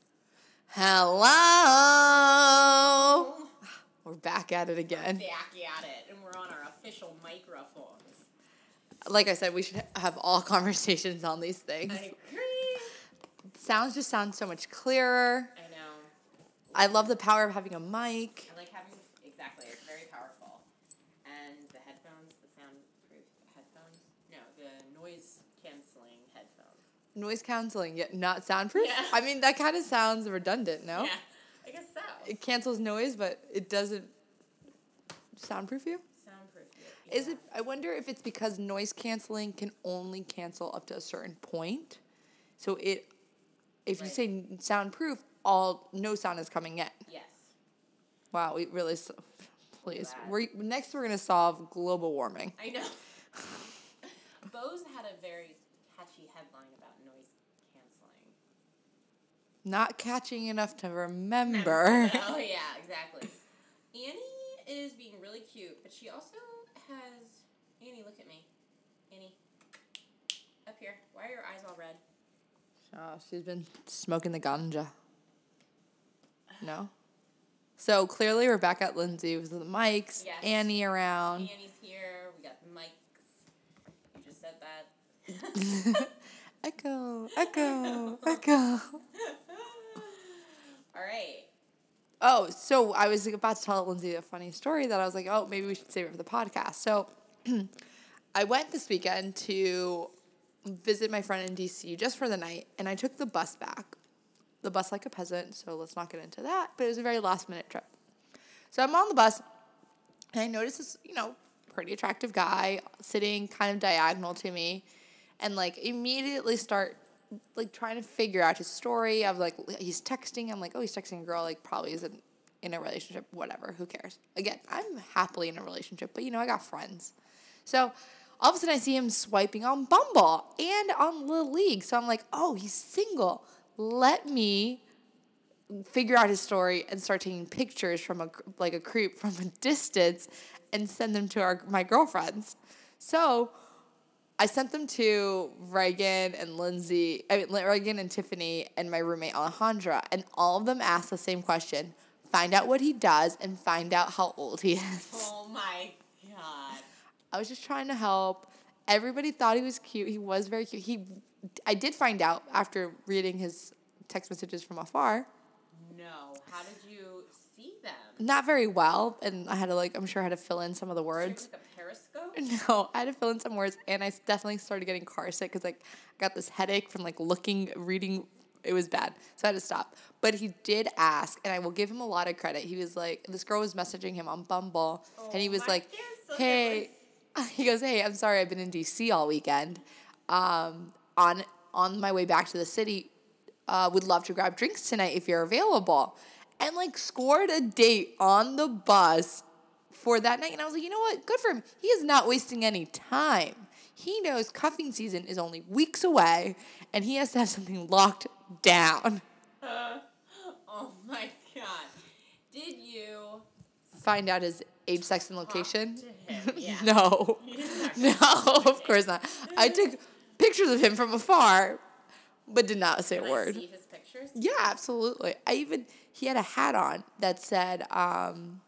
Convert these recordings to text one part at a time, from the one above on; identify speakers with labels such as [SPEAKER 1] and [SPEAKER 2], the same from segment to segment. [SPEAKER 1] Hello. We're back at it again.
[SPEAKER 2] back at it, and we're on our official microphones.
[SPEAKER 1] Like I said, we should have all conversations on these things.
[SPEAKER 2] I agree.
[SPEAKER 1] Sounds just sound so much clearer.
[SPEAKER 2] I know.
[SPEAKER 1] I love the power of having a mic.
[SPEAKER 2] I like having exactly. It's very powerful, and the headphones, the soundproof headphones. No, the noise canceling headphones.
[SPEAKER 1] Noise counseling, yet not soundproof.
[SPEAKER 2] Yeah.
[SPEAKER 1] I mean, that kind of sounds redundant, no?
[SPEAKER 2] Yeah, I guess so.
[SPEAKER 1] Oh. It cancels noise, but it doesn't soundproof you?
[SPEAKER 2] Soundproof. it,
[SPEAKER 1] Is
[SPEAKER 2] yeah.
[SPEAKER 1] it I wonder if it's because noise canceling can only cancel up to a certain point. So it if you
[SPEAKER 2] Right.
[SPEAKER 1] say n- soundproof, all no sound is coming in.
[SPEAKER 2] Yes.
[SPEAKER 1] Wow, we really s- please.
[SPEAKER 2] Glad.
[SPEAKER 1] We're next we're going to solve global warming.
[SPEAKER 2] I know. Bose had a very catchy headline about noise canceling.
[SPEAKER 1] Not catching enough to remember.
[SPEAKER 2] Oh yeah, exactly. Annie is being really cute, but she also has Annie. Look at me, Annie. Up here. Why are your eyes all red?
[SPEAKER 1] oh, she's been smoking the ganja. No. So clearly we're back at Lindsay with the mics,
[SPEAKER 2] Yes.
[SPEAKER 1] Annie around.
[SPEAKER 2] Annie's here. We got the mics. You just said that.
[SPEAKER 1] echo, echo, echo.
[SPEAKER 2] all right.
[SPEAKER 1] Oh, so I was about to tell Lindsay a funny story that I was like, oh, maybe we should save it for the podcast. So I went this weekend to visit my friend in DC just for the night, and I took the bus back. The bus like a peasant, so let's not get into that, but it was a very last minute trip. So I'm on the bus, and I notice this, you know, pretty attractive guy sitting kind of diagonal to me and like immediately start like trying to figure out his story of like he's texting. I'm like, oh, he's texting a girl, like probably isn't in a relationship, whatever, who cares? Again, I'm happily in a relationship, but you know, I got friends. So all of a sudden I see him swiping on Bumble and on Little League. So I'm like, oh, he's single. Let me figure out his story and start taking pictures from a like a creep from a distance and send them to our my girlfriends. So I sent them to Reagan and Lindsay, I mean, Reagan and Tiffany and my roommate Alejandra, and all of them asked the same question: find out what he does and find out how old he is.
[SPEAKER 2] Oh my god.
[SPEAKER 1] I was just trying to help. Everybody thought he was cute. He was very cute. He, I did find out after reading his text messages from afar,
[SPEAKER 2] No. How did you see them?
[SPEAKER 1] not very well, and I had to like, I'm sure I had to fill in some of the words.
[SPEAKER 2] Like a periscope.
[SPEAKER 1] No, I had to fill in some words, and I s- definitely started getting car sick because like I got this headache from like looking, reading. It was bad, so I had to stop. But he did ask, and I will give him a lot of credit. He was like, this girl was messaging him on Bumble, and he
[SPEAKER 2] Oh,
[SPEAKER 1] was
[SPEAKER 2] my
[SPEAKER 1] like,
[SPEAKER 2] kids, look at
[SPEAKER 1] "Hey," he goes, "Hey, I'm sorry, I've been in DC all weekend. Um, on on my way back to the city, uh, would love to grab drinks tonight if you're available." And like scored a date on the bus for that night. And I was like, you know what? Good for him. He is not wasting any time. He knows cuffing season is only weeks away and he has to have something locked down.
[SPEAKER 2] Oh my god. Did you?
[SPEAKER 1] Find out his age, sex, and location.
[SPEAKER 2] to him, yeah.
[SPEAKER 1] no. No, of course not. I took pictures of him from afar, but did not say a
[SPEAKER 2] Can I
[SPEAKER 1] word.
[SPEAKER 2] see his pictures?
[SPEAKER 1] Yeah, absolutely. I even he had a hat on that said um,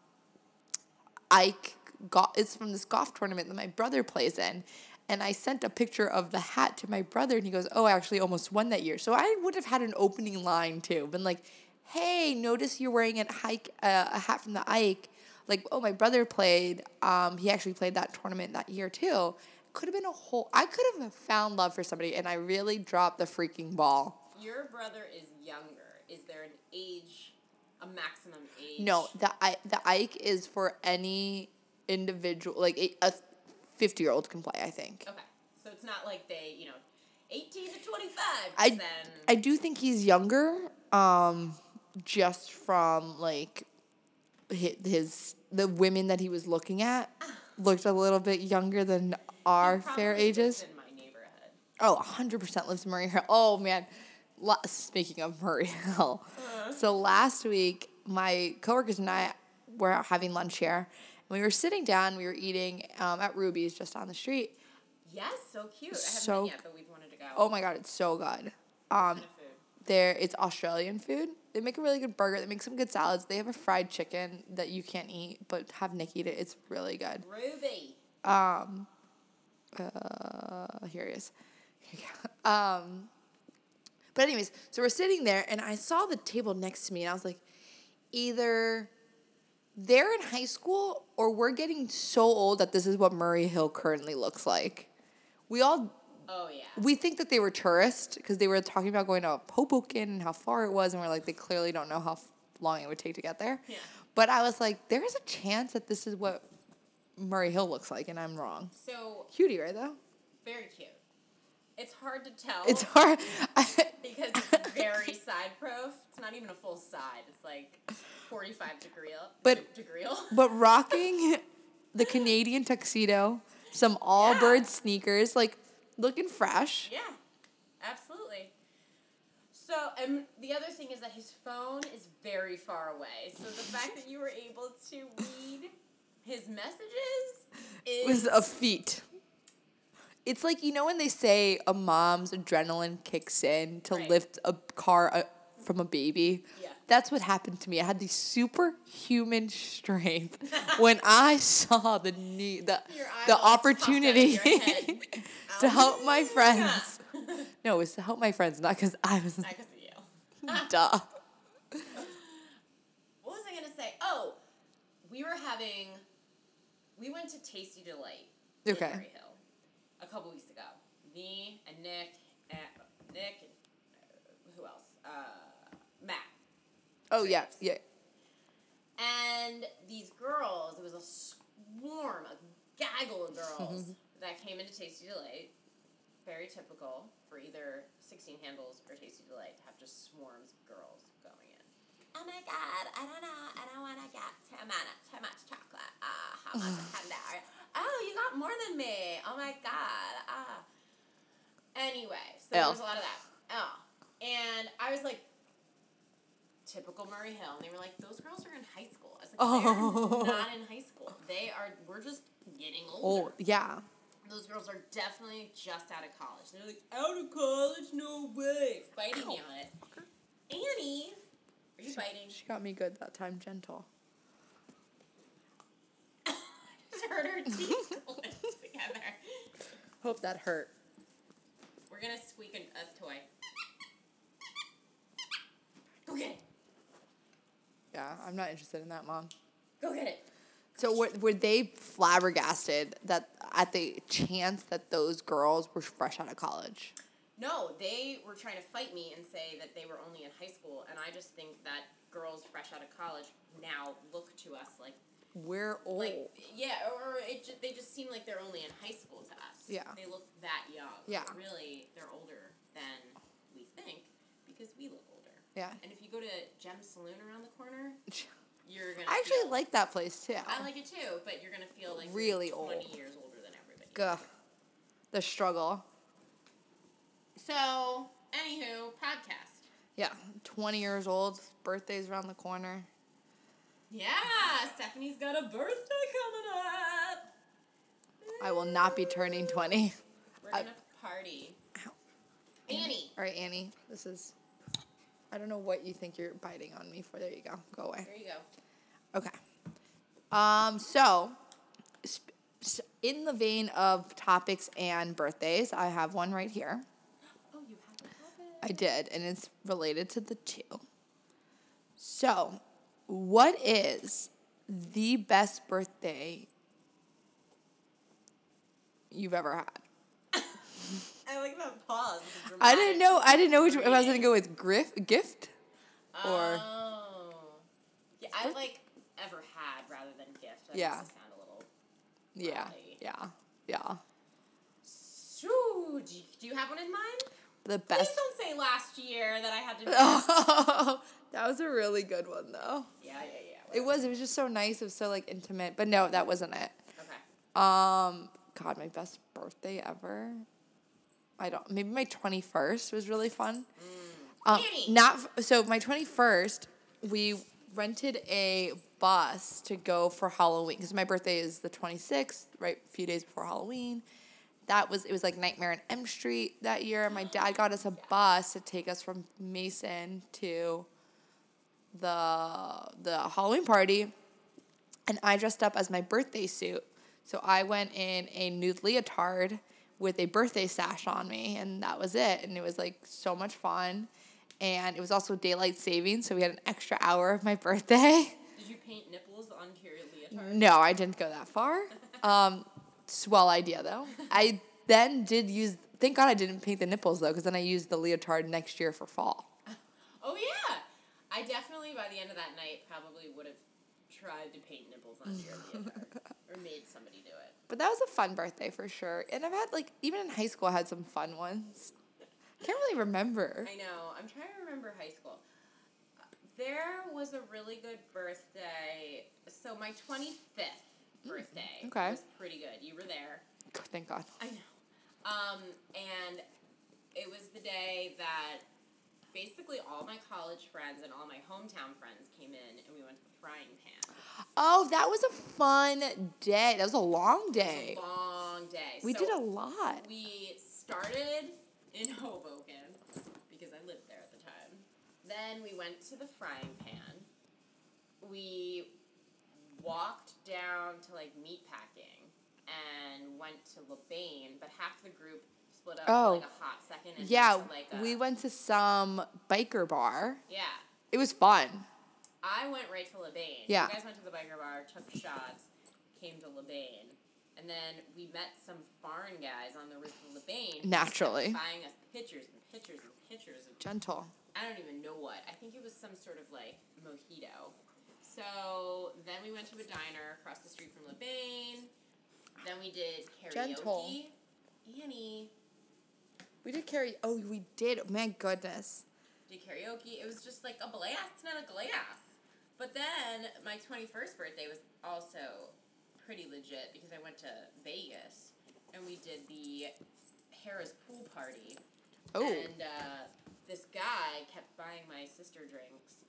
[SPEAKER 1] Ike got it's from this golf tournament that my brother plays in. And I sent a picture of the hat to my brother, and he goes, "Oh, I actually almost won that year." So I would have had an opening line too, been like, "Hey, notice you're wearing an hike, uh, a hat from the Ike." Like, "Oh, my brother played. Um, he actually played that tournament that year too." Could have been a whole. I could have found love for somebody, and I really dropped the freaking ball.
[SPEAKER 2] Your brother is younger. Is there an age, a maximum age?
[SPEAKER 1] No, the I the Ike is for any individual, like a- a fifty year old can play. I think.
[SPEAKER 2] Okay, so it's not like they, you know, eighteen to twenty-five. 'cause
[SPEAKER 1] I
[SPEAKER 2] then
[SPEAKER 1] I do think he's younger, um, just from like hi- his the women that he was looking at looked a little bit younger than our
[SPEAKER 2] Ah. probably
[SPEAKER 1] fair
[SPEAKER 2] lives
[SPEAKER 1] ages.
[SPEAKER 2] in my neighborhood.
[SPEAKER 1] Oh, 100% lives in Murray Hill. Oh, man. La- Speaking of Murray Hill. So last week, my coworkers and I were out having lunch here. And we were sitting down, we were eating um, at Ruby's just down the street. Oh
[SPEAKER 2] Yes, so cute. I haven't
[SPEAKER 1] So-
[SPEAKER 2] been yet, but we've wanted to go.
[SPEAKER 1] Oh my God, it's so good. Um,
[SPEAKER 2] Kind of food.
[SPEAKER 1] there it's Australian food. They make a really good burger. They make some good salads. They have a fried chicken that you can't eat, but have Nick eat it. It's really good.
[SPEAKER 2] Ruby.
[SPEAKER 1] Um, uh, here he is. Here you go. Um, but anyways, so we're sitting there, and I saw the table next to me, and I was like, either they're in high school, or we're getting so old that this is what Murray Hill currently looks like. We all
[SPEAKER 2] Oh yeah.
[SPEAKER 1] we think that they were tourists because they were talking about going to Hoboken and how far it was, and we're like, they clearly don't know how f- long it would take to get there.
[SPEAKER 2] Yeah.
[SPEAKER 1] But I was like, there is a chance that this is what Murray Hill looks like, and I'm wrong.
[SPEAKER 2] So
[SPEAKER 1] Cutie, right though?
[SPEAKER 2] very cute. It's hard to tell
[SPEAKER 1] It's hard.
[SPEAKER 2] because it's very side proof. It's not even a full side. It's like forty five degree
[SPEAKER 1] But-
[SPEAKER 2] degree.
[SPEAKER 1] but rocking the Canadian tuxedo, some all bird sneakers, like looking fresh.
[SPEAKER 2] Yeah, absolutely. So, and the other thing is that his phone is very far away. So the fact that you were able to read his messages is
[SPEAKER 1] was a feat. It's like you know when they say a mom's adrenaline kicks in to
[SPEAKER 2] Right.
[SPEAKER 1] lift a car uh, from a baby.
[SPEAKER 2] Yeah.
[SPEAKER 1] That's what happened to me. I had the superhuman strength when I saw the need, the
[SPEAKER 2] Your
[SPEAKER 1] the
[SPEAKER 2] eyeballs popped out of your
[SPEAKER 1] opportunity
[SPEAKER 2] head.
[SPEAKER 1] to help my friends.
[SPEAKER 2] Yeah.
[SPEAKER 1] No, it was to help my friends, not because I was
[SPEAKER 2] I could see you.
[SPEAKER 1] duh.
[SPEAKER 2] What was I gonna say? Oh, we were having, we went to Tasty Delight in
[SPEAKER 1] Okay.
[SPEAKER 2] Berry Hill a couple weeks ago. Me and Nick and Nick and uh, who else? Uh, Matt.
[SPEAKER 1] Oh yeah, yeah.
[SPEAKER 2] And these girls, it was a swarm, a gaggle of girls that came into Tasty Delight. Very typical for either 16 Handles or Tasty Delight to have just swarms of girls going in. Oh my god, I don't know, I don't want to get too much, too much chocolate. Ah, how much can there? Oh, you got more than me. Oh my god. Ah. Anyway, so
[SPEAKER 1] Ew.
[SPEAKER 2] there was a lot of that. Oh. And I was like, typical Murray Hill, and they were like, "Those girls are in high school." I was like,
[SPEAKER 1] Oh.
[SPEAKER 2] "They're not in high school. They are. We're just getting older.
[SPEAKER 1] Oh yeah.
[SPEAKER 2] Those girls are definitely just out of college." And they're like, "Out of college? No way!" Fighting me on it. Annie, are you biting?
[SPEAKER 1] She got me good that time, gentle.
[SPEAKER 2] Just heard her teeth click together.
[SPEAKER 1] Hope that hurt.
[SPEAKER 2] We're gonna squeak an, a toy. Go get it.
[SPEAKER 1] Yeah, I'm not interested in that, mom.
[SPEAKER 2] Go get it.
[SPEAKER 1] So were, were they flabbergasted that at the chance that those girls were fresh out of college?
[SPEAKER 2] No, they were trying to fight me and say that they were only in high school, and I just think that girls fresh out of college now look to us like,
[SPEAKER 1] We're old.
[SPEAKER 2] like yeah, or it ju- they just seem like they're only in high school to us.
[SPEAKER 1] Yeah.
[SPEAKER 2] they look that young.
[SPEAKER 1] Yeah.
[SPEAKER 2] but really, they're older than we think because we look older.
[SPEAKER 1] Yeah.
[SPEAKER 2] and if you go to Gem Saloon around the corner, you're gonna.
[SPEAKER 1] I actually
[SPEAKER 2] feel-
[SPEAKER 1] like that place too.
[SPEAKER 2] I like it too, but you're gonna feel like you're
[SPEAKER 1] Really
[SPEAKER 2] twenty
[SPEAKER 1] old.
[SPEAKER 2] years older than everybody.
[SPEAKER 1] Ugh, uh, the struggle.
[SPEAKER 2] So, anywho, podcast.
[SPEAKER 1] Yeah, 20 years old, birthday's around the corner.
[SPEAKER 2] Yeah, Stephanie's got a birthday coming up.
[SPEAKER 1] I will not be turning 20.
[SPEAKER 2] We're
[SPEAKER 1] I-
[SPEAKER 2] gonna party.
[SPEAKER 1] Ow.
[SPEAKER 2] Annie,
[SPEAKER 1] All right, Annie, this is. I don't know what you think you're biting on me for. There you go. Go away.
[SPEAKER 2] there you go.
[SPEAKER 1] Okay. Um, so, sp- s- in the vein of topics and birthdays, I have one right here.
[SPEAKER 2] Oh, you have to have
[SPEAKER 1] I did, and it's related to the two. So, what is the best birthday you've ever had?
[SPEAKER 2] it. I like that pause. It's
[SPEAKER 1] I didn't know. I didn't know which if I was
[SPEAKER 2] Reading.
[SPEAKER 1] gonna go with griff, gift,
[SPEAKER 2] dramatic.
[SPEAKER 1] or
[SPEAKER 2] Oh. Yeah, I like ever had rather than gift. That
[SPEAKER 1] Yeah.
[SPEAKER 2] Makes it sound a little.
[SPEAKER 1] yeah,
[SPEAKER 2] Right.
[SPEAKER 1] yeah, yeah.
[SPEAKER 2] Shoo, do you, do you have one in mind?
[SPEAKER 1] The
[SPEAKER 2] Please
[SPEAKER 1] best.
[SPEAKER 2] don't say last year that I had to. guess.
[SPEAKER 1] Oh, that was a really good one though.
[SPEAKER 2] yeah, yeah, yeah.
[SPEAKER 1] It
[SPEAKER 2] whatever.
[SPEAKER 1] was. It was just so nice. It was so like intimate. But no, that wasn't it.
[SPEAKER 2] Okay.
[SPEAKER 1] Um, God, my best birthday ever. I don't. Maybe my twenty first was really fun. Um,
[SPEAKER 2] Annie.
[SPEAKER 1] not f- so. My twenty first, we rented a bus to go for Halloween because my birthday is the twenty sixth, right? A few days before Halloween, that was it was like Nightmare on M Street that year. My dad got us a bus to take us from Mason to the the Halloween party, and I dressed up as my birthday suit. So I went in a nude leotard with a birthday sash on me, and that was it. And it was like so much fun, and it was also daylight saving, so we had an extra hour of my birthday.
[SPEAKER 2] Did you paint nipples onto your leotard?
[SPEAKER 1] No, I didn't go that far. Um, swell idea though. I then did use. Thank God I didn't paint the nipples though, because then I used the leotard next year for fall.
[SPEAKER 2] Oh yeah, I definitely by the end of that night probably would have tried to paint nipples onto your leotard or made somebody do it.
[SPEAKER 1] But that was a fun birthday for sure. And I've had like even in high school I had some fun ones. Can't really remember.
[SPEAKER 2] I know. I'm trying to remember high school. There was a really good birthday. So my 25th birthday
[SPEAKER 1] Mm, okay.
[SPEAKER 2] was pretty good. You were there.
[SPEAKER 1] Oh, Thank God.
[SPEAKER 2] I know. Um, and it was the day that basically all my college friends and all my hometown friends came in and we went to the frying pan.
[SPEAKER 1] Oh, that was a fun day. That was a long
[SPEAKER 2] It
[SPEAKER 1] day.
[SPEAKER 2] was a long day.
[SPEAKER 1] We
[SPEAKER 2] So
[SPEAKER 1] did a lot.
[SPEAKER 2] We started in Hoboken because I lived there at the time. Then we went to the frying pan. We walked down to like meatpacking and went to Labane, but half the group split up
[SPEAKER 1] Oh.
[SPEAKER 2] for like a hot second. And
[SPEAKER 1] Yeah,
[SPEAKER 2] went to, like a,
[SPEAKER 1] we went to some biker bar.
[SPEAKER 2] Yeah,
[SPEAKER 1] It was fun.
[SPEAKER 2] I went right to Labane.
[SPEAKER 1] Yeah.
[SPEAKER 2] you guys went to the biker bar, took shots, came to Labane. And then we met some foreign guys on the roof of Labane.
[SPEAKER 1] Naturally.
[SPEAKER 2] buying us pictures and pictures and pictures of
[SPEAKER 1] Gentle.
[SPEAKER 2] I don't even know what. I think it was some sort of like mojito. So then we went to a diner across the street from Labane. Then we did karaoke.
[SPEAKER 1] Gentle.
[SPEAKER 2] Annie
[SPEAKER 1] We did carry oh we did. My goodness.
[SPEAKER 2] did karaoke. It was just like a blast and a glass. But then my 21st birthday was also pretty legit because I went to Vegas and we did the Harris pool party.
[SPEAKER 1] Oh.
[SPEAKER 2] And uh, this guy kept buying my sister drinks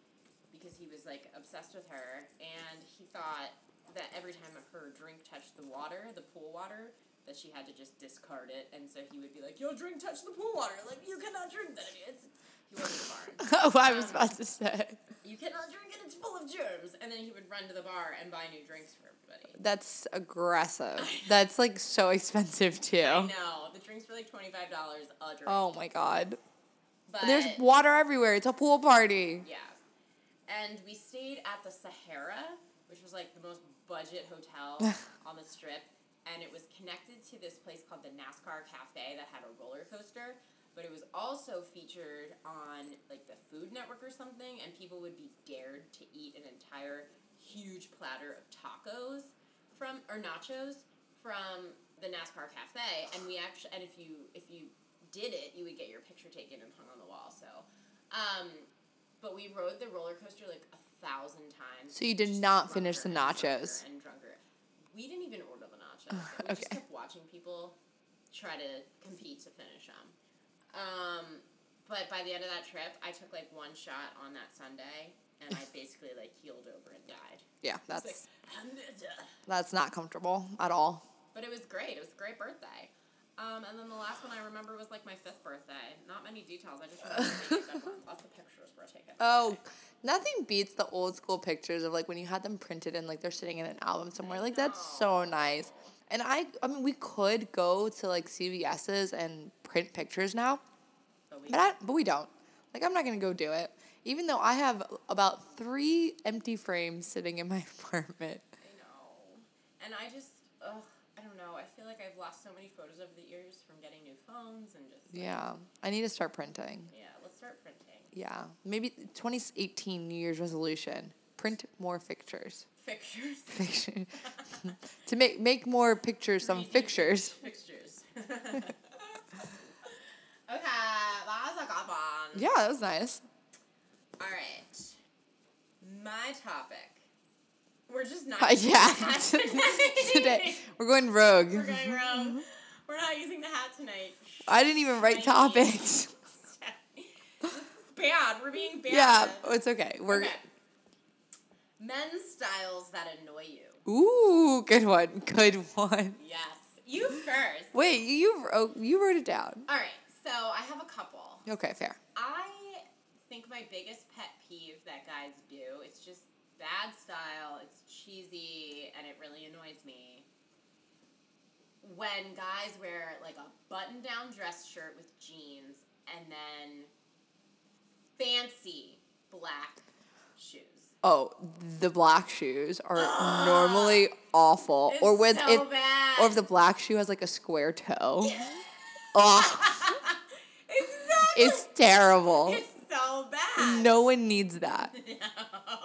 [SPEAKER 2] because he was like obsessed with her, and he thought that every time her drink touched the water, the pool water, that she had to just discard it, and so he would be like, "Your drink touched the pool water. Like you cannot drink that. It's." He wasn't a barn.
[SPEAKER 1] oh, I was about to say.
[SPEAKER 2] You cannot drink it. It's full of germs. And then he would run to the bar and buy new drinks for everybody.
[SPEAKER 1] That's aggressive. That's like so expensive too.
[SPEAKER 2] No, the drinks were like twenty five dollars a drink.
[SPEAKER 1] Oh my god.
[SPEAKER 2] but
[SPEAKER 1] There's water everywhere. It's a pool party.
[SPEAKER 2] Yeah. And we stayed at the Sahara, which was like the most budget hotel on the strip. And it was connected to this place called the NASCAR Cafe that had a roller coaster. But it was also featured on like the Food Network or something. And people would be dared to eat an entire huge platter of tacos from, or nachos from the NASCAR Cafe. And we actually, and if you, if you, did it, you would get your picture taken and hung on the wall. So, um, but we rode the roller coaster like a thousand times.
[SPEAKER 1] So you did
[SPEAKER 2] Just
[SPEAKER 1] not finish
[SPEAKER 2] drunker
[SPEAKER 1] the
[SPEAKER 2] and drunker
[SPEAKER 1] nachos.
[SPEAKER 2] And drunker. We didn't even order the nachos. We just
[SPEAKER 1] Okay.
[SPEAKER 2] kept watching people try to compete to finish them. Um, but by the end of that trip, I took like one shot on that Sunday, and I basically like healed over and died.
[SPEAKER 1] Yeah,
[SPEAKER 2] It's like,
[SPEAKER 1] that's
[SPEAKER 2] "Hamida."
[SPEAKER 1] that's not comfortable at all.
[SPEAKER 2] But it was great. It was a great birthday. Um, and then the last one I remember was like my fifth birthday. Not many details. I just remember it being a good one. lots of pictures were taken.
[SPEAKER 1] Oh, nothing beats the old school pictures of like when you had them printed and like they're sitting in an album somewhere. Like that's so nice. And I I mean we could go to like CVS's and print pictures now.
[SPEAKER 2] But we
[SPEAKER 1] But I, but we don't. Like I'm not gonna go do it. Even though I have about three empty frames sitting in my apartment.
[SPEAKER 2] I know. And I just, ugh, I don't know. I feel like I've lost so many photos over the years from getting new phones and just,
[SPEAKER 1] Yeah. I need to start printing.
[SPEAKER 2] yeah, let's start printing.
[SPEAKER 1] Yeah. Maybe 2018 New Year's resolution. Print more pictures.
[SPEAKER 2] Pictures.
[SPEAKER 1] Picture- to make make more pictures, some pictures.
[SPEAKER 2] Pictures. okay, that was a good one.
[SPEAKER 1] Yeah, that was nice.
[SPEAKER 2] All right. My topic. We're just not.
[SPEAKER 1] Uh,
[SPEAKER 2] using
[SPEAKER 1] yeah.
[SPEAKER 2] the hat tonight.
[SPEAKER 1] Today we're going rogue.
[SPEAKER 2] We're going rogue. We're not using the hat tonight.
[SPEAKER 1] I didn't even write topics.
[SPEAKER 2] bad. We're being bad.
[SPEAKER 1] Yeah, oh, it's okay. We're
[SPEAKER 2] Okay. Men's styles that annoy you.
[SPEAKER 1] ooh, good one, good one.
[SPEAKER 2] Yes. You first.
[SPEAKER 1] Wait, you you wrote, you wrote it down.
[SPEAKER 2] All right, so I have a couple.
[SPEAKER 1] Okay, fair.
[SPEAKER 2] I think my biggest pet peeve that guys do, it's just bad style, it's cheesy, and it really annoys me. When guys wear like a button down dress shirt with jeans and then fancy black shoes.
[SPEAKER 1] Oh, the black shoes are normally awful.
[SPEAKER 2] It's
[SPEAKER 1] or with
[SPEAKER 2] so
[SPEAKER 1] it,
[SPEAKER 2] bad.
[SPEAKER 1] or if the black shoe has like a square toe. Ugh,
[SPEAKER 2] exactly.
[SPEAKER 1] it's terrible.
[SPEAKER 2] It's so bad.
[SPEAKER 1] no one needs that.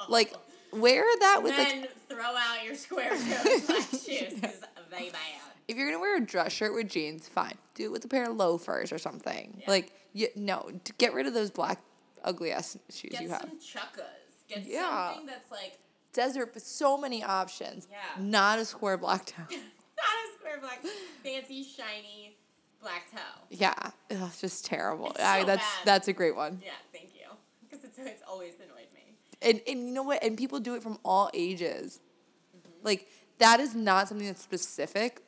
[SPEAKER 1] Like wear that with like
[SPEAKER 2] then throw out your square toe black shoes because they buy out.
[SPEAKER 1] if you're gonna wear a dress shirt with jeans, fine. Do it with a pair of loafers or something.
[SPEAKER 2] Yeah.
[SPEAKER 1] Like you, no, t- get rid of those black ugly ass shoes
[SPEAKER 2] Get
[SPEAKER 1] you have.
[SPEAKER 2] some chuckas. Get
[SPEAKER 1] Yeah.
[SPEAKER 2] something that's like
[SPEAKER 1] Desert, but so many options.
[SPEAKER 2] Yeah.
[SPEAKER 1] Not a square black toe.
[SPEAKER 2] not a square black, fancy shiny black toe.
[SPEAKER 1] yeah, Ugh, it's just terrible.
[SPEAKER 2] It's
[SPEAKER 1] I,
[SPEAKER 2] so
[SPEAKER 1] that's
[SPEAKER 2] bad.
[SPEAKER 1] that's a great one.
[SPEAKER 2] Yeah, thank you. Because it's, it's always annoyed me.
[SPEAKER 1] and and you know what and people do it from all ages
[SPEAKER 2] Mm-hmm.
[SPEAKER 1] like that is not something that's specific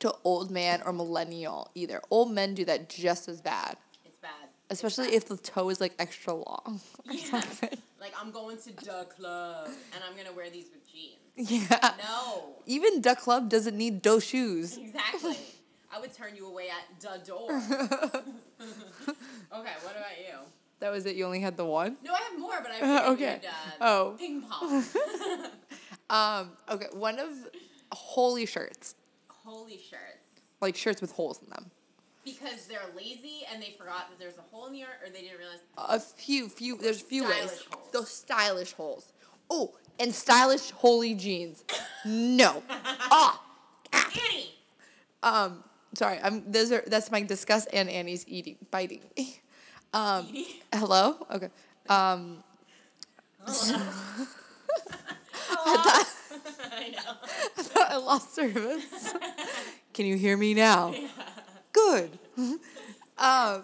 [SPEAKER 1] to old man or millennial either old men do that just as bad
[SPEAKER 2] It's bad. It's
[SPEAKER 1] especially
[SPEAKER 2] bad.
[SPEAKER 1] if the toe is like extra long or
[SPEAKER 2] Yeah.
[SPEAKER 1] something
[SPEAKER 2] Like I'm going to the club and I'm gonna wear these with jeans.
[SPEAKER 1] yeah
[SPEAKER 2] No.
[SPEAKER 1] even duck club doesn't need those shoes
[SPEAKER 2] Exactly. I would turn you away at the door. okay, what about you?
[SPEAKER 1] that was it you only had the one
[SPEAKER 2] No, I have more, but I have
[SPEAKER 1] Okay.
[SPEAKER 2] uh,
[SPEAKER 1] Oh.
[SPEAKER 2] ping pong.
[SPEAKER 1] um okay one of holy shirts
[SPEAKER 2] Holy shirts.
[SPEAKER 1] like shirts with holes in them
[SPEAKER 2] Because they're lazy and they forgot that there's a hole in the art or they didn't realize
[SPEAKER 1] a few few there's a few ways
[SPEAKER 2] Stylish holes.
[SPEAKER 1] those stylish holes oh and stylish holy jeans no ah
[SPEAKER 2] Annie!
[SPEAKER 1] um sorry i'm those are that's my disgust and annie's eating biting um
[SPEAKER 2] Edie.
[SPEAKER 1] hello okay um
[SPEAKER 2] I know.
[SPEAKER 1] i thought i lost service can you hear me now good um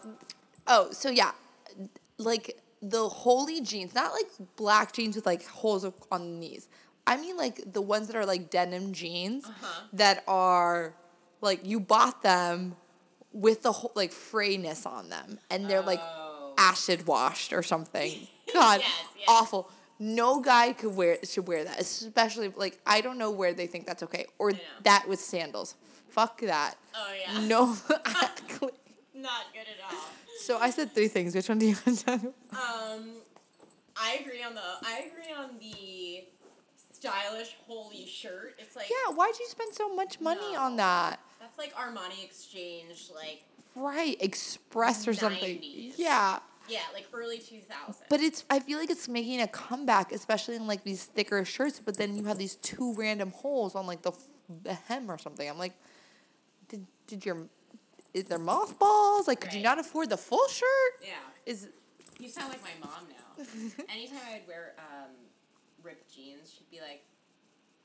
[SPEAKER 1] oh so yeah like the holy jeans not like black jeans with like holes of- on the knees i mean like the ones that are like denim jeans
[SPEAKER 2] Uh-huh.
[SPEAKER 1] that are like you bought them with the whole like frayness on them and they're like
[SPEAKER 2] Oh.
[SPEAKER 1] acid washed or something god
[SPEAKER 2] Yes, yes.
[SPEAKER 1] awful no guy could wear should wear that especially like i don't know where they think that's okay or
[SPEAKER 2] know.
[SPEAKER 1] that with sandals fuck that
[SPEAKER 2] Oh, yeah.
[SPEAKER 1] no
[SPEAKER 2] Not good at all.
[SPEAKER 1] so i said three things which one do you want to talk about?
[SPEAKER 2] Um, I agree on the I agree on the stylish holy shirt. It's like
[SPEAKER 1] Yeah, why'd you spend so much money on
[SPEAKER 2] No.
[SPEAKER 1] that?
[SPEAKER 2] that's like Armani Exchange, like
[SPEAKER 1] Right, Express or something.
[SPEAKER 2] 90s.
[SPEAKER 1] Yeah.
[SPEAKER 2] yeah, like early two thousand.
[SPEAKER 1] But it's I feel like it's making a comeback, especially in like these thicker shirts, but then you have these two random holes on like the, f- the hem or something. I'm like did, did your is there mothballs? Like could you
[SPEAKER 2] Right.
[SPEAKER 1] not afford the full shirt?
[SPEAKER 2] yeah,
[SPEAKER 1] Is
[SPEAKER 2] you sound like my mom now. Anytime I would wear um, ripped jeans, she'd be like,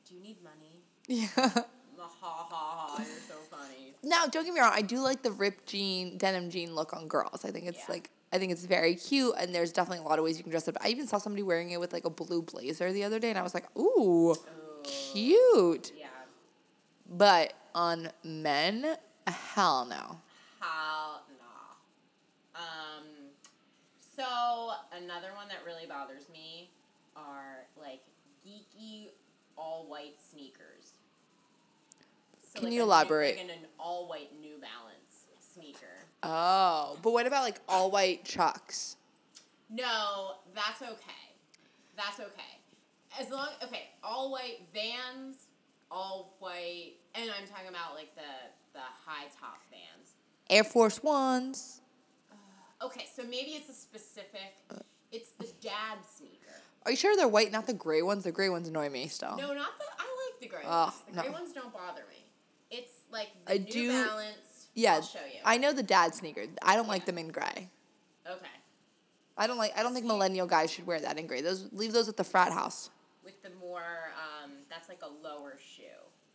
[SPEAKER 2] "Do you need money?"
[SPEAKER 1] yeah.
[SPEAKER 2] Ha ha ha! You're so funny.
[SPEAKER 1] Now, don't get me wrong, I do like the ripped jean, denim jean look on girls. I think it's
[SPEAKER 2] Yeah.
[SPEAKER 1] like I think it's very cute and there's definitely a lot of ways you can dress it up. I even saw somebody wearing it with like a blue blazer the other day and I was like, "Ooh,
[SPEAKER 2] Oh,
[SPEAKER 1] cute."
[SPEAKER 2] yeah.
[SPEAKER 1] But on men, hell no.
[SPEAKER 2] How nah. Um, so another one that really bothers me are like geeky all white sneakers. So,
[SPEAKER 1] Can
[SPEAKER 2] like,
[SPEAKER 1] you
[SPEAKER 2] a new-
[SPEAKER 1] elaborate?
[SPEAKER 2] Like an, an all white New Balance sneaker.
[SPEAKER 1] Oh, but what about like all white chucks?
[SPEAKER 2] No, that's okay. That's okay. As long okay, all white vans, all white, and I'm talking about like the the high top vans.
[SPEAKER 1] Air Force Ones.
[SPEAKER 2] Okay, so maybe it's a specific. It's the dad sneaker.
[SPEAKER 1] Are you sure they're white, not the gray ones? The gray ones annoy me still.
[SPEAKER 2] No, not the. I like the gray
[SPEAKER 1] Oh,
[SPEAKER 2] ones. The gray
[SPEAKER 1] no.
[SPEAKER 2] ones don't bother me. It's like the
[SPEAKER 1] I
[SPEAKER 2] New
[SPEAKER 1] do-
[SPEAKER 2] Balance.
[SPEAKER 1] Yeah,
[SPEAKER 2] I'll show you.
[SPEAKER 1] I know the dad sneaker. I don't like
[SPEAKER 2] Yeah.
[SPEAKER 1] them in gray.
[SPEAKER 2] okay,
[SPEAKER 1] I don't like. I don't think millennial guys should wear that in gray. Those leave those at the frat house.
[SPEAKER 2] with the more. Um, that's like a lower shoe.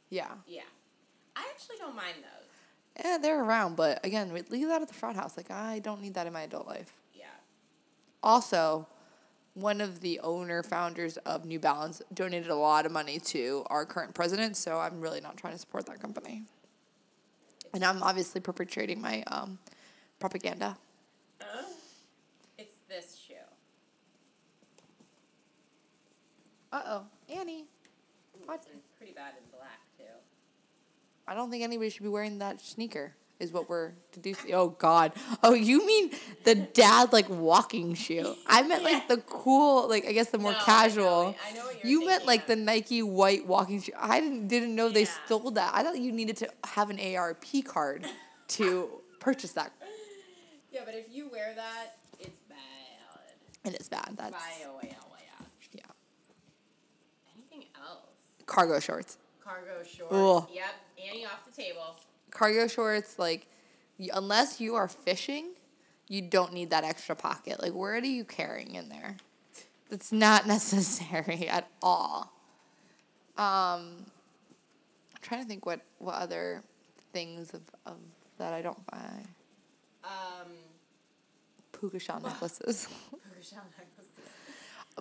[SPEAKER 1] Yeah,
[SPEAKER 2] Yeah, I actually don't mind those.
[SPEAKER 1] yeah, they're around, but again, we leave that at the frat house. Like I don't need that in my adult life.
[SPEAKER 2] Yeah.
[SPEAKER 1] Also, one of the owner founders of New Balance donated a lot of money to our current president, so I'm really not trying to support that company. And I'm obviously perpetrating my um, propaganda.
[SPEAKER 2] It's this shoe.
[SPEAKER 1] Uh oh, Annie. What?
[SPEAKER 2] And pretty bad in black too.
[SPEAKER 1] I don't think anybody should be wearing that sneaker. Is what we're deducing. Oh God. Oh, you mean the dad like walking shoe? I meant like the cool, like I guess the more
[SPEAKER 2] No, I know
[SPEAKER 1] casual.
[SPEAKER 2] what- I know what you're
[SPEAKER 1] you meant
[SPEAKER 2] thinking
[SPEAKER 1] like
[SPEAKER 2] of.
[SPEAKER 1] the Nike white walking shoe. I didn't didn't know they
[SPEAKER 2] Yeah.
[SPEAKER 1] stole that. I thought you needed to have an ARP card to purchase that,
[SPEAKER 2] Yeah, but if you wear that, it's bad.
[SPEAKER 1] and it's bad. That's
[SPEAKER 2] Y-O-Y-L-Y-L.
[SPEAKER 1] yeah.
[SPEAKER 2] Anything else?
[SPEAKER 1] Cargo shorts.
[SPEAKER 2] Cargo shorts.
[SPEAKER 1] Ugh.
[SPEAKER 2] Yep. Annie off the table.
[SPEAKER 1] cargo shorts like y- unless you are fishing you don't need that extra pocket like what are you carrying in there that's not necessary at all um i'm trying to think what what other things of, of that i don't buy
[SPEAKER 2] Um,
[SPEAKER 1] puka shell necklaces
[SPEAKER 2] Puka Shell necklaces.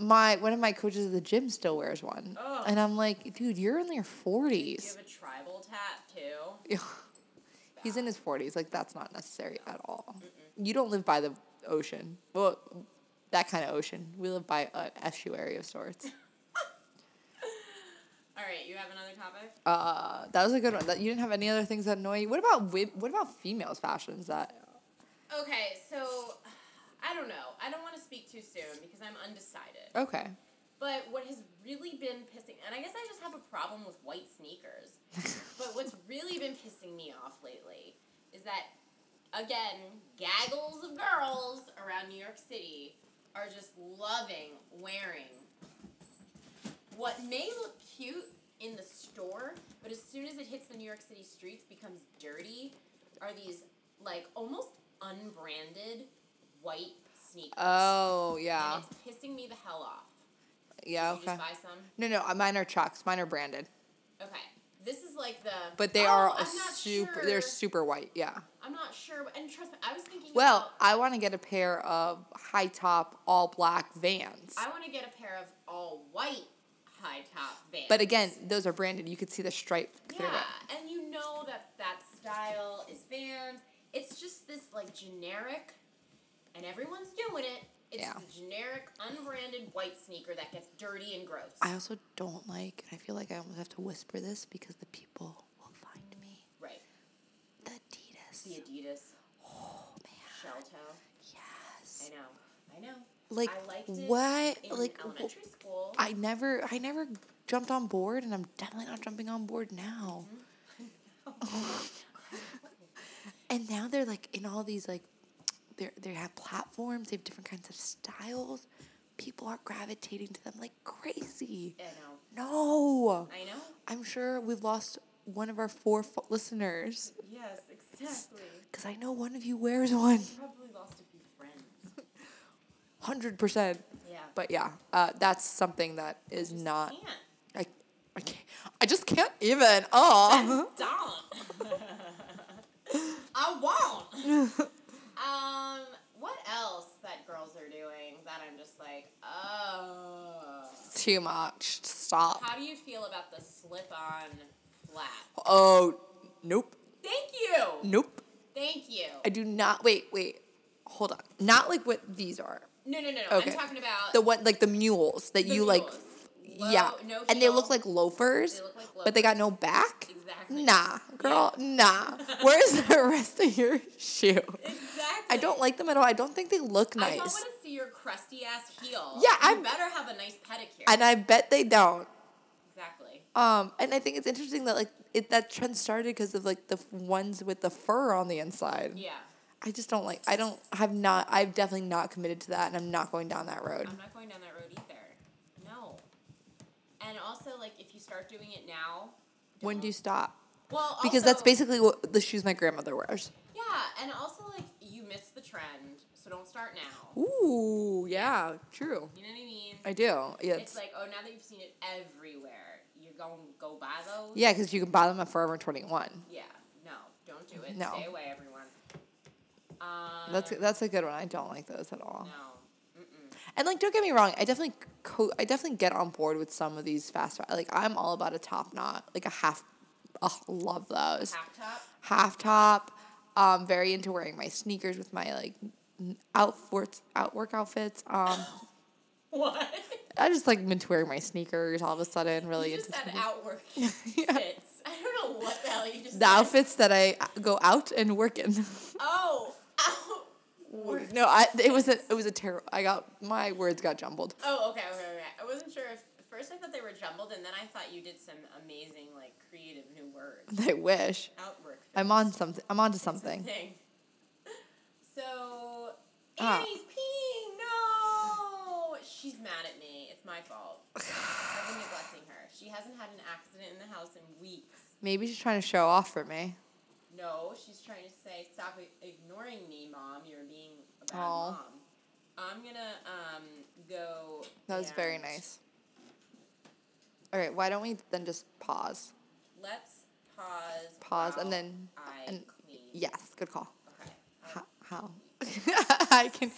[SPEAKER 1] my one of my coaches at the gym still wears one
[SPEAKER 2] Ugh.
[SPEAKER 1] and i'm like dude you're in your
[SPEAKER 2] You
[SPEAKER 1] 40s
[SPEAKER 2] have a tribal tat too.
[SPEAKER 1] He's in his 40s. Like, that's not necessary at all. You don't live by the ocean. Well, that kind of ocean. We live by an estuary of sorts.
[SPEAKER 2] All right, you have another topic.
[SPEAKER 1] Uh, that was a good one. That, you didn't have any other things that annoy you? What about wi- what about females' fashions that...
[SPEAKER 2] Okay, so I don't know. I don't want to speak too soon because I'm undecided.
[SPEAKER 1] Okay.
[SPEAKER 2] But what has really been pissing, and I guess I just have a problem with white sneakers. but what's really been pissing me off lately is that, again, gaggles of girls around New York City are just loving wearing what may look cute in the store, but as soon as it hits the New York City streets, becomes dirty. Are these like almost unbranded white sneakers?
[SPEAKER 1] Oh, yeah.
[SPEAKER 2] And it's pissing me the hell off.
[SPEAKER 1] Yeah,
[SPEAKER 2] Did you
[SPEAKER 1] okay.
[SPEAKER 2] just buy some?
[SPEAKER 1] No, no, uh, mine are Chucks. Mine are branded.
[SPEAKER 2] Okay. This is like the.
[SPEAKER 1] But they
[SPEAKER 2] Oh,
[SPEAKER 1] are a
[SPEAKER 2] I'm not
[SPEAKER 1] super...
[SPEAKER 2] Sure.
[SPEAKER 1] They're super white, yeah.
[SPEAKER 2] I'm not sure. but- And trust me, I was thinking.
[SPEAKER 1] Well,
[SPEAKER 2] about-
[SPEAKER 1] I want to get a pair of high-top, all-black Vans.
[SPEAKER 2] I want to get a pair of all white high top Vans.
[SPEAKER 1] But again, those are branded. You could see the stripe through
[SPEAKER 2] Yeah,
[SPEAKER 1] it.
[SPEAKER 2] and you know that that style is Vans. It's just this like generic, and everyone's doing it. It's
[SPEAKER 1] Yeah.
[SPEAKER 2] the generic, unbranded white sneaker that gets dirty and gross.
[SPEAKER 1] I also don't like, and I feel like I almost have to whisper this because the people will find me.
[SPEAKER 2] right.
[SPEAKER 1] The Adidas.
[SPEAKER 2] The Adidas
[SPEAKER 1] Oh, man.
[SPEAKER 2] shell toe. I
[SPEAKER 1] Yes.
[SPEAKER 2] know. I know.
[SPEAKER 1] Like,
[SPEAKER 2] I liked it
[SPEAKER 1] what?
[SPEAKER 2] in
[SPEAKER 1] Like, wh-
[SPEAKER 2] elementary school.
[SPEAKER 1] I never, I never jumped on board, and I'm definitely not jumping on board now.
[SPEAKER 2] Mm-hmm.
[SPEAKER 1] and now they're like in all these like, they they have platforms. They have different kinds of styles. People are gravitating to them like crazy.
[SPEAKER 2] I know.
[SPEAKER 1] No.
[SPEAKER 2] I know.
[SPEAKER 1] I'm sure we've lost one of our four fo- listeners
[SPEAKER 2] Yes, exactly.
[SPEAKER 1] because I know one of you wears one.
[SPEAKER 2] Probably lost a few friends.
[SPEAKER 1] 100%.
[SPEAKER 2] Yeah.
[SPEAKER 1] But yeah, uh, that's something that is not. I, I, can't, I just can't even. Oh.
[SPEAKER 2] Don't. I won't. um, what else that girls are doing that I'm just like, oh.
[SPEAKER 1] Too much. Stop.
[SPEAKER 2] How do you feel about the slip-on flat?
[SPEAKER 1] Oh, nope.
[SPEAKER 2] Thank you.
[SPEAKER 1] Nope.
[SPEAKER 2] Thank you.
[SPEAKER 1] I do not. Wait, wait. Hold on. Not like what these are.
[SPEAKER 2] No, no, no, no.
[SPEAKER 1] Okay.
[SPEAKER 2] I'm talking about
[SPEAKER 1] The one, like the mules that
[SPEAKER 2] the
[SPEAKER 1] you like.
[SPEAKER 2] mules.
[SPEAKER 1] yeah.
[SPEAKER 2] Low- no
[SPEAKER 1] and they look
[SPEAKER 2] heel.
[SPEAKER 1] like loafers,
[SPEAKER 2] They look like
[SPEAKER 1] but they got no back.
[SPEAKER 2] Exactly.
[SPEAKER 1] Nah, girl, nah. Where's the rest of your shoe?
[SPEAKER 2] Exactly.
[SPEAKER 1] I don't like them at all. I don't think they look
[SPEAKER 2] I don't
[SPEAKER 1] nice.
[SPEAKER 2] want to see your crusty ass heel.
[SPEAKER 1] Yeah,
[SPEAKER 2] you
[SPEAKER 1] I'm-
[SPEAKER 2] better have a nice pedicure.
[SPEAKER 1] and I bet they don't.
[SPEAKER 2] exactly.
[SPEAKER 1] Um, and I think it's interesting that like it that trend started because of like the f- ones with the fur on the inside.
[SPEAKER 2] Yeah.
[SPEAKER 1] I just don't like. I don't. I've not. I've definitely not committed to that, and I'm not going down that road.
[SPEAKER 2] I'm not going down that road either. No. And also, like, if you start doing it now,
[SPEAKER 1] When do you stop?
[SPEAKER 2] well, also,
[SPEAKER 1] Because that's basically what the shoes my grandmother wears.
[SPEAKER 2] Yeah, and also like you missed the trend, so don't start now.
[SPEAKER 1] Ooh, yeah, true.
[SPEAKER 2] You know what I mean?
[SPEAKER 1] I do. Yeah.
[SPEAKER 2] It's like, oh, now that you've seen it everywhere, you're going to go buy those.
[SPEAKER 1] yeah, because you can buy them at Forever Twenty One.
[SPEAKER 2] Yeah. No, don't do it.
[SPEAKER 1] No.
[SPEAKER 2] Stay away, everyone. Um,
[SPEAKER 1] That's that's a good one. I don't like those at all.
[SPEAKER 2] no. Mm-mm.
[SPEAKER 1] And like, don't get me wrong. I definitely, co- I definitely get on board with some of these fast. fa- Like, I'm all about a top knot, like a half. Oh, love those.
[SPEAKER 2] Half top.
[SPEAKER 1] half top. Um, very into wearing my sneakers with my like n- outfits, outwork outfits. Um,
[SPEAKER 2] What?
[SPEAKER 1] I just like into wearing my sneakers all of a sudden. Really
[SPEAKER 2] You
[SPEAKER 1] into
[SPEAKER 2] just said
[SPEAKER 1] sneakers.
[SPEAKER 2] outwork fits. I don't know what the hell you just
[SPEAKER 1] the
[SPEAKER 2] said.
[SPEAKER 1] outfits that I uh, go out and work in.
[SPEAKER 2] Oh, out.
[SPEAKER 1] no, I it was a it was a terrible. I got my words got jumbled.
[SPEAKER 2] Oh, okay, okay, okay. I wasn't sure if at first I thought they were jumbled, and then I thought you did some amazing, like, creative new words.
[SPEAKER 1] I wish
[SPEAKER 2] Outwork fits.
[SPEAKER 1] I'm on something. I'm onto something.
[SPEAKER 2] Thing. So
[SPEAKER 1] Ah.
[SPEAKER 2] Annie's peeing. No, she's mad at me. It's my fault. I've been neglecting her. She hasn't had an accident in the house in weeks.
[SPEAKER 1] Maybe she's trying to show off for me.
[SPEAKER 2] No, she's trying to say, stop i- ignoring me, mom. You're being a bad
[SPEAKER 1] Aw.
[SPEAKER 2] mom. I'm gonna um go.
[SPEAKER 1] That was very
[SPEAKER 2] and
[SPEAKER 1] nice. All right, why don't we then just pause?
[SPEAKER 2] Let's pause.
[SPEAKER 1] Pause and
[SPEAKER 2] while
[SPEAKER 1] then-
[SPEAKER 2] I
[SPEAKER 1] and-
[SPEAKER 2] clean.
[SPEAKER 1] Yes, good call.
[SPEAKER 2] Okay.
[SPEAKER 1] Ho- How? I can.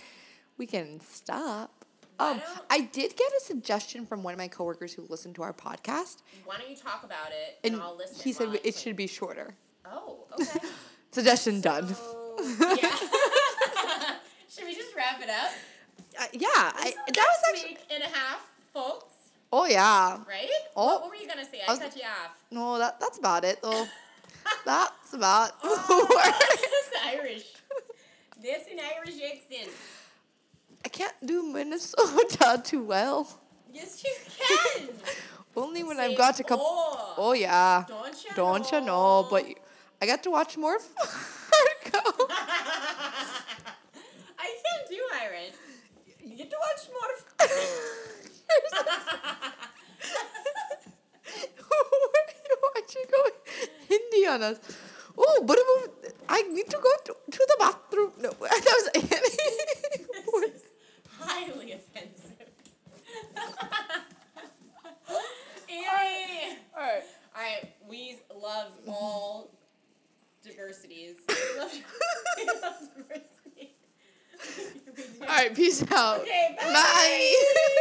[SPEAKER 1] We can stop.
[SPEAKER 2] Why
[SPEAKER 1] Um,
[SPEAKER 2] don't-
[SPEAKER 1] I did get a suggestion from one of my coworkers who listened to our podcast,
[SPEAKER 2] Why don't you talk about it and,
[SPEAKER 1] and
[SPEAKER 2] I'll listen.
[SPEAKER 1] he said
[SPEAKER 2] while I
[SPEAKER 1] it
[SPEAKER 2] clean.
[SPEAKER 1] should be shorter.
[SPEAKER 2] Oh, okay.
[SPEAKER 1] Suggestion done.
[SPEAKER 2] Oh, yeah. Should we just wrap it up?
[SPEAKER 1] Uh, yeah, I, that was
[SPEAKER 2] Next
[SPEAKER 1] actually.
[SPEAKER 2] week and a half, folks.
[SPEAKER 1] Oh yeah.
[SPEAKER 2] Right?
[SPEAKER 1] Oh.
[SPEAKER 2] What, what were you gonna say? I,
[SPEAKER 1] was-
[SPEAKER 2] cut you off.
[SPEAKER 1] No, that that's about it though. that's about
[SPEAKER 2] Oh.
[SPEAKER 1] the word.
[SPEAKER 2] this Irish. This an Irish accent.
[SPEAKER 1] I can't do Minnesota too well.
[SPEAKER 2] Yes, you can.
[SPEAKER 1] Only when
[SPEAKER 2] Say
[SPEAKER 1] I've got a couple.
[SPEAKER 2] oh.
[SPEAKER 1] Oh yeah.
[SPEAKER 2] Don't you
[SPEAKER 1] Don't you know? But you, I got to watch more Fargo.
[SPEAKER 2] I can't do Irish. You get to watch more.
[SPEAKER 1] You're
[SPEAKER 2] f-
[SPEAKER 1] Why you go Hindi on us? Oh, but it- I need to go to, to the bathroom. No, that was Annie.
[SPEAKER 2] This is highly offensive. Yay!
[SPEAKER 1] All right.
[SPEAKER 2] All right, we love all diversities. We love, we love diversity. We do.
[SPEAKER 1] All right. Peace out.
[SPEAKER 2] Okay, bye.
[SPEAKER 1] Bye.